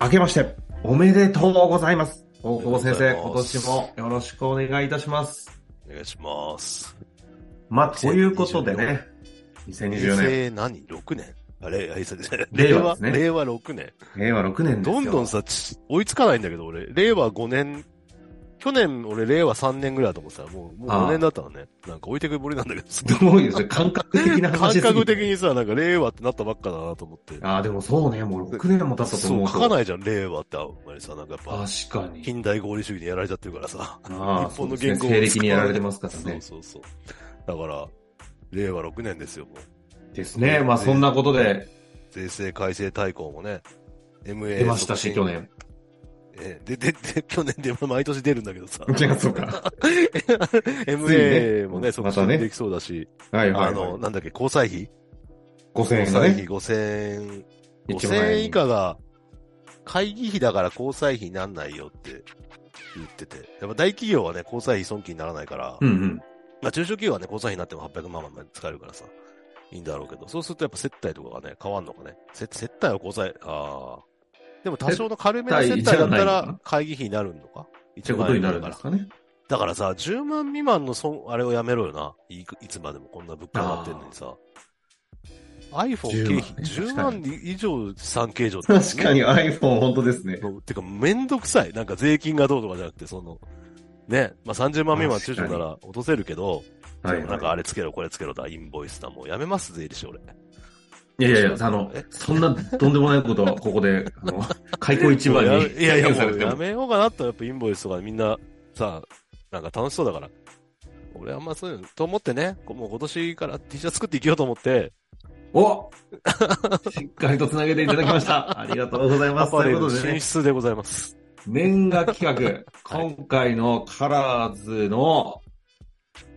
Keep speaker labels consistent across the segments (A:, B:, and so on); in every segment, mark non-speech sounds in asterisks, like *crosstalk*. A: 明けまして、おめでとうございます。大久保先生、
B: お
A: 今年もよろしくお願いいたします。
B: お願いします。
A: まあ、ということでね、2024年。
B: 平成何 ?6 年あれ、
A: 令和ですね。
B: *laughs* 令和6年。
A: 令和6年
B: どんどんさ、追いつかないんだけど、俺、令和5年、去年俺令和3年ぐらいだと思ってたら、もう、もう5年だったのね。なんか置いてくぼりなんだけど。す
A: ごいですね。感覚的な
B: 話。感覚的にさ、なんか令和ってなったばっかだなと思って。
A: ああ、でもそうね、もう6年も経ったと思
B: うと。そう、書かないじゃん、令和ってあんまりさ、なんかやっぱ。
A: 確かに。
B: 近代合理主義にやられちゃってるからさ。
A: ああ、日本の言語西暦にやられてますからね。
B: そうそうそう。だから、令和6年ですよ、も
A: う。ですね。まあそんなことで。
B: 税制改正大綱もね、
A: MA。出ましたし、去年。 *laughs*
B: え、で、で、で、去年で毎年出るんだけ
A: *laughs*
B: どさ。
A: 違う、そうか。
B: MA もね、そこでできそうだし。
A: はいはい。
B: あの、なんだっけ、交際費
A: ?5000 円がね。
B: 交際費5000円。5000円以下が、会議費だから交際費になんないよって言ってて。やっぱ大企業はね、交際費損金にならないから。
A: うんうん。
B: まあ中小企業はね、交際費になっても800万まで使えるからさ。いいんだろうけど。そうするとやっぱ接待とかがね、変わんのかね。接待は交際、ああ。でも多少の軽めの接待だったら会議費になるのか
A: 一万円になるからかね。
B: だからさ、10万未満の損、あれをやめろよな。いつまでもこんな物価上がってんのにさ。iPhone 経費、10万,、ね、10万以上産経上、
A: ね、確かに iPhone 本当ですね。
B: てかめんどくさい。なんか税金がどうとかじゃなくて、その、ね、まあ30万未満中小なら落とせるけど、はい、はい、なんかあれつけろ、これつけろだ、インボイスだ、もうやめます、税理士俺。
A: いやいや、あの、そんなとんでもないことは、ここで、あの、開口一番に。
B: いや *laughs* いや、もうやめようかなと、やっぱインボイスとかみんな、さ、なんか楽しそうだから。俺あんまそういうの、と思ってね、もう今年から T シャツ作っていきようと思って。
A: おしっかりと繋げていただきました。
B: *laughs*
A: ありがとうございます。
B: ということで、ね。進出でございます。 *laughs*
A: 年賀企画、はい、今回のカラーズの、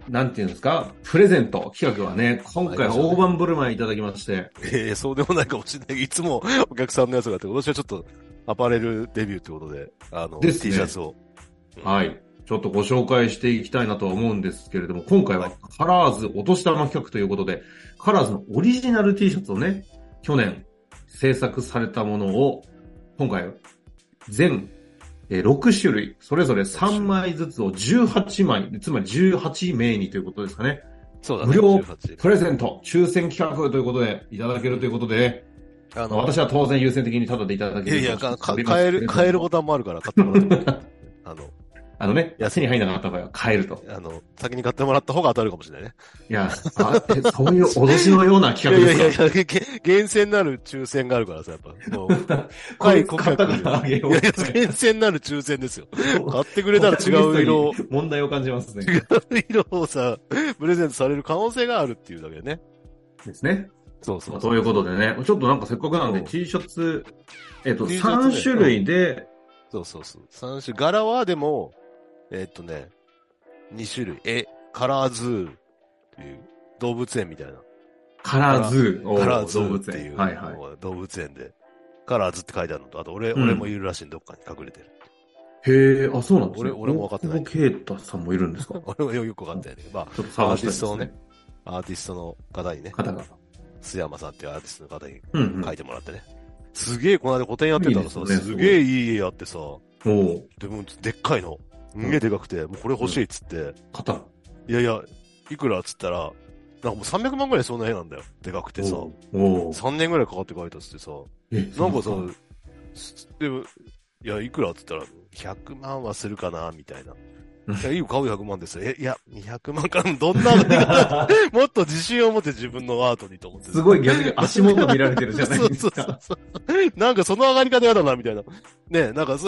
A: なんていうんですか、プレゼント企画はね、今回大盤振る舞いいただきまして。
B: ええー、そうでもないかもしれない。いつもお客さんのやつがあって、今年はちょっとアパレルデビューということで、あの、
A: です、
B: ね、T シャツを。
A: はい。ちょっとご紹介していきたいなとは思うんですけれども、今回はカラーズお年玉企画ということで、カラーズのオリジナル T シャツをね、去年制作されたものを、今回、全えー、6種類、それぞれ3枚ずつを18枚、つまり18名にということですかね。
B: そうだ
A: ね。無料プレゼント、抽選企画ということで、いただけるということで、あの、私は当然優先的にタダでいただける。
B: いやいや、買える、買えるボタンもあるから買っても *laughs* らってあの、
A: あのね、安に入らなかった場合は買えると。
B: あの、先に買ってもらった方が当たるかもしれないね。
A: いや、あえそういう脅しのような企
B: 画ですかいやいやいや、厳選なる抽選があるからさ、やっぱ。 *laughs* もう
A: これ買ったからあげよう。いやい
B: や、厳選なる抽選ですよ。買ってくれたら違う色を。
A: 問題を感じますね。
B: 違う色をさ、プレゼントされる可能性があるっていうだけでね。
A: ですね。
B: そうそう
A: そう。ということでね、ちょっとなんかせっかくなんで T シャツ、えっと、3種類で、
B: そうそうそう。3種、柄はでも、えー、っとね、2種類。え、カラーズーっていう動物園みたいな。
A: カラーズ
B: ー。カラーズーっていうはい、はい、動物園で。カラーズって書いてあるのと、あと俺、うん、俺もいるらしいどっかに隠れて
A: る。へえ、あ、そうなんです
B: ね。俺、俺も分かってない。
A: ケータさんもいるんですか
B: 俺はよく分かったよね。まあ、、
A: ちょっと探して
B: ね、アーティストのね、アーティストの方にね、
A: 方が。
B: 須山さんっていうアーティストの方に書いてもらってね。うんうん、すげえ、この間個展やってたらさ、いいね、すげえいい家やってさ、おでも、でっかいの。すげえでかくて、もうこれ欲しいっつって。
A: 買った
B: いやいや、いくらっつったら、なんかもう300万ぐらいそんな絵なんだよ。でかくてさ。お3年ぐらいかかって書いたっつってさ。なんかさ、でも、いや、いくらっつったら、100万はするかな、みたいな。いや、いいよ、買う100万ですえ、いや、200万からどんなの *laughs* かもっと自信を持って自分のアートにと思って。
A: すごい逆に足元見られてるじゃないです
B: か。そうそうそうなんかその上がり方やだな、みたいな。ねなんかそ、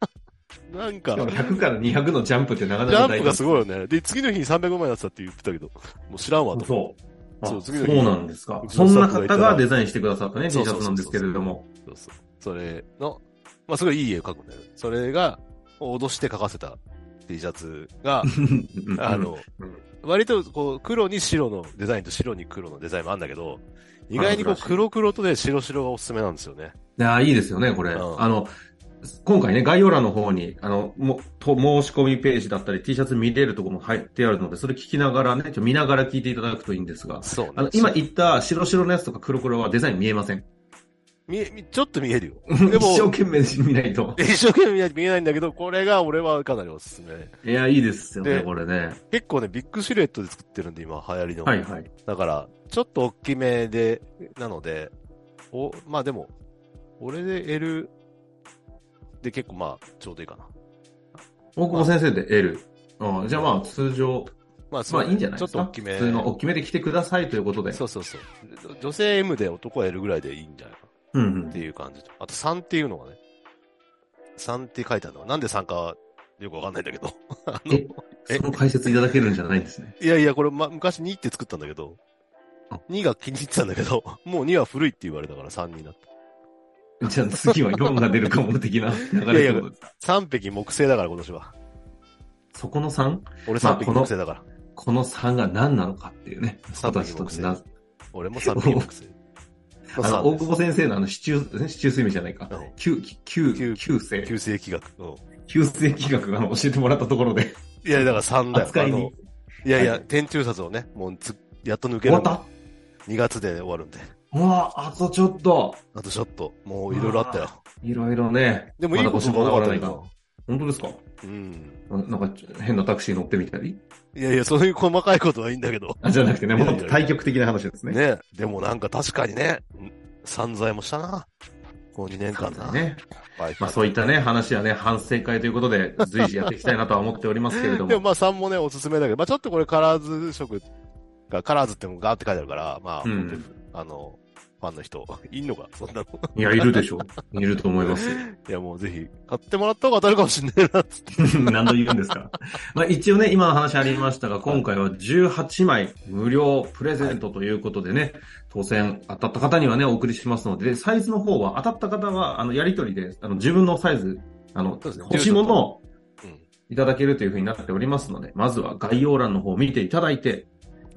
A: *laughs*
B: なんか。
A: 100から200のジャンプってなかなか
B: ジャンプがすごいよね。で、次の日に300万円だったって言ってたけど、もう知らんわと。
A: そう。そう、次の日。そうなんですか。そんな方がデザインしてくださったね、T シャツなんですけれども。
B: そうそう。それの、まあ、すごいいい絵を描くんだよ。それが、脅して描かせた T シャツが、あの、割とこう、黒に白のデザインと白に黒のデザインもあるんだけど、意外にこう、黒黒とね、白白がおすすめなんですよね。
A: ああ、いいですよね、これ。うん、あの、今回ね、概要欄の方に、あの、も、と、申し込みページだったり、T シャツ見れるところも入ってあるので、それ聞きながらね、ちょ見ながら聞いていただくといいんですが、
B: そう、ね、
A: あの、今言った白白のやつとか黒黒はデザイン見えません。
B: 見え、みちょっと見
A: *laughs*
B: えるよ。
A: 一
B: でも
A: 生、懸命見ないと。
B: 一生懸命見ない見えないんだけど、これが俺はかなりおすすめ。
A: いや、いいですよね、
B: で
A: これね。
B: 結構ね、ビッグシルエットで作ってるんで、今流行りの。
A: はいはい。
B: だから、ちょっと大きめで、なので、お、まあでも、俺で L で結構まあ、ちょうどいいかな。
A: 大久保先生で L。うん、じゃあまあ通常、
B: まあ、そ
A: ま
B: う
A: あいいんじゃないですか。
B: ちょっと大きめ。
A: 普通の大きめで来てくださいということで。
B: そうそうそう。女性 M で男は L ぐらいでいいんじゃないかな
A: うんう
B: っ
A: ん
B: て。いう感じと。あと3っていうのがね、3って書いてあるのが、なんで3かよくわかんないんだけど。あの
A: え
B: え
A: その解説いただけるんじゃないんです
B: *laughs*
A: ね。
B: いやいや、これ、ま、昔2って作ったんだけど
A: あ、
B: 2が気に入ってたんだけど、 *laughs* もう2は古いって言われたから3になっ
A: じゃあ次は4が出るかも的な流れってことですか。
B: た。3匹木星だから今年は。
A: そこの 3?
B: 俺
A: まあ
B: 3匹木星だから。
A: この3が何なのかっていうね。
B: 三匹
A: ことは一つ
B: 木
A: な
B: 星。俺も3匹
A: *laughs*
B: 木星。
A: あの、大久保先生のあの、市中、市中睡眠じゃないか
B: うん。
A: 旧、旧、
B: 旧
A: 旧世、
B: 旧世紀学。うん
A: 旧世企画があの教えてもらったところで、
B: いや、だから3だよ。
A: 扱い
B: あ
A: に
B: の。いやい
A: は
B: や、
A: い
B: 天中殺をね、もうつ、やっと抜
A: 終
B: ける
A: わ
B: ん
A: っ
B: で。
A: た
B: 2月で終わるんで。
A: うわ、あとちょっと、
B: あとちょっと、もういろいろあったよ。
A: いろいろね。
B: でもいいことも
A: まだ今年も終わ
B: 多かったけ
A: らない
B: ど
A: か。本当ですか
B: うん。
A: ななんかちょ変なタクシー乗ってみたり
B: いやいや、そういう細かいことはいいんだけど。
A: あじゃなくてね、もっ
B: いやい
A: と *laughs*
B: や
A: 対極的な話ですね。
B: ね。でもなんか確かにね、ん散財もしたな。この2年間な。
A: ね。
B: バイク
A: まあそういったね、話はね、反省会ということで、随時やっていきたいなとは思っておりますけれど
B: でも
A: も。
B: まあ3もね、おすすめだけど、まあちょっとこれカラーズ色が、カラーズってもガーって書いてあるから、まあ、
A: うん
B: 本当にあの、ファンの人、いんのか、そんなの。
A: いや、いるでしょう。いると思いますよ。 *laughs*
B: いやもうぜひ、買ってもらった方が当たるかもしんないな、つって。
A: 何度言うんですか。まあ一応ね、今の話ありましたが、今回は18枚無料プレゼントということでね、当選当たった方にはね、お送りしますので、サイズの方は当たった方は、あの、やりとりで、あの、自分のサイズ、あの、
B: そうですね
A: 欲しいものを
B: うん。
A: いただけるというふうになっておりますので、まずは概要欄の方を見ていただいて、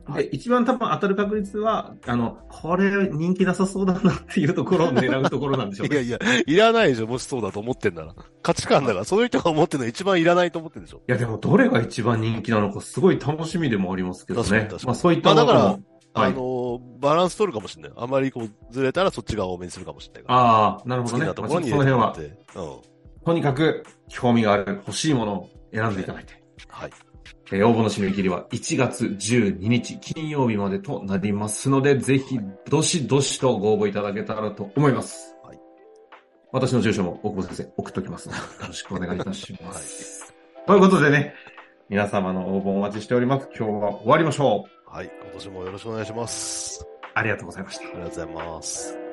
B: は
A: で、一番多分当たる確率は、あの、これ人気なさそうだなっていうところを狙うところなんでしょう
B: *laughs* いや
A: ね。
B: いや、いらないでしょ、もしそうだと思ってんなら。価値観だから、そういう人が思ってるの一番いらないと思ってるでしょ。
A: いや、でもどれが一番人気なのかすごい楽しみでもありますけど
B: 確かに
A: ね
B: 確か。に
A: まあそういったもの
B: まあだ
A: も。は
B: あ
A: い
B: のーバランス取るかもしんない。あまりこう、ずれたらそっちが多めにするかもしんないから。
A: ああ、なる
B: 好
A: ほど
B: き
A: ね。
B: な
A: まあそ
B: とこ
A: の
B: ろに入れ
A: 辺
B: てもら
A: は
B: って。、うん。
A: とにかく興味がある、欲しいものを選んでいただいて。
B: はい。
A: えー応募の締め切りは1月12日金曜日までとなりますので、ぜひ、どしどしとご応募いただけたらと思います。
B: はい
A: 私の住所も大久保先生送っておきますの
B: *laughs*
A: で、よろしくお願いいたします。ということでね、皆様の応募お待ちしております。今日は終わりましょう。
B: はい。今年もよろしくお願いします。
A: ありがとうございました
B: あ。りがとうございます。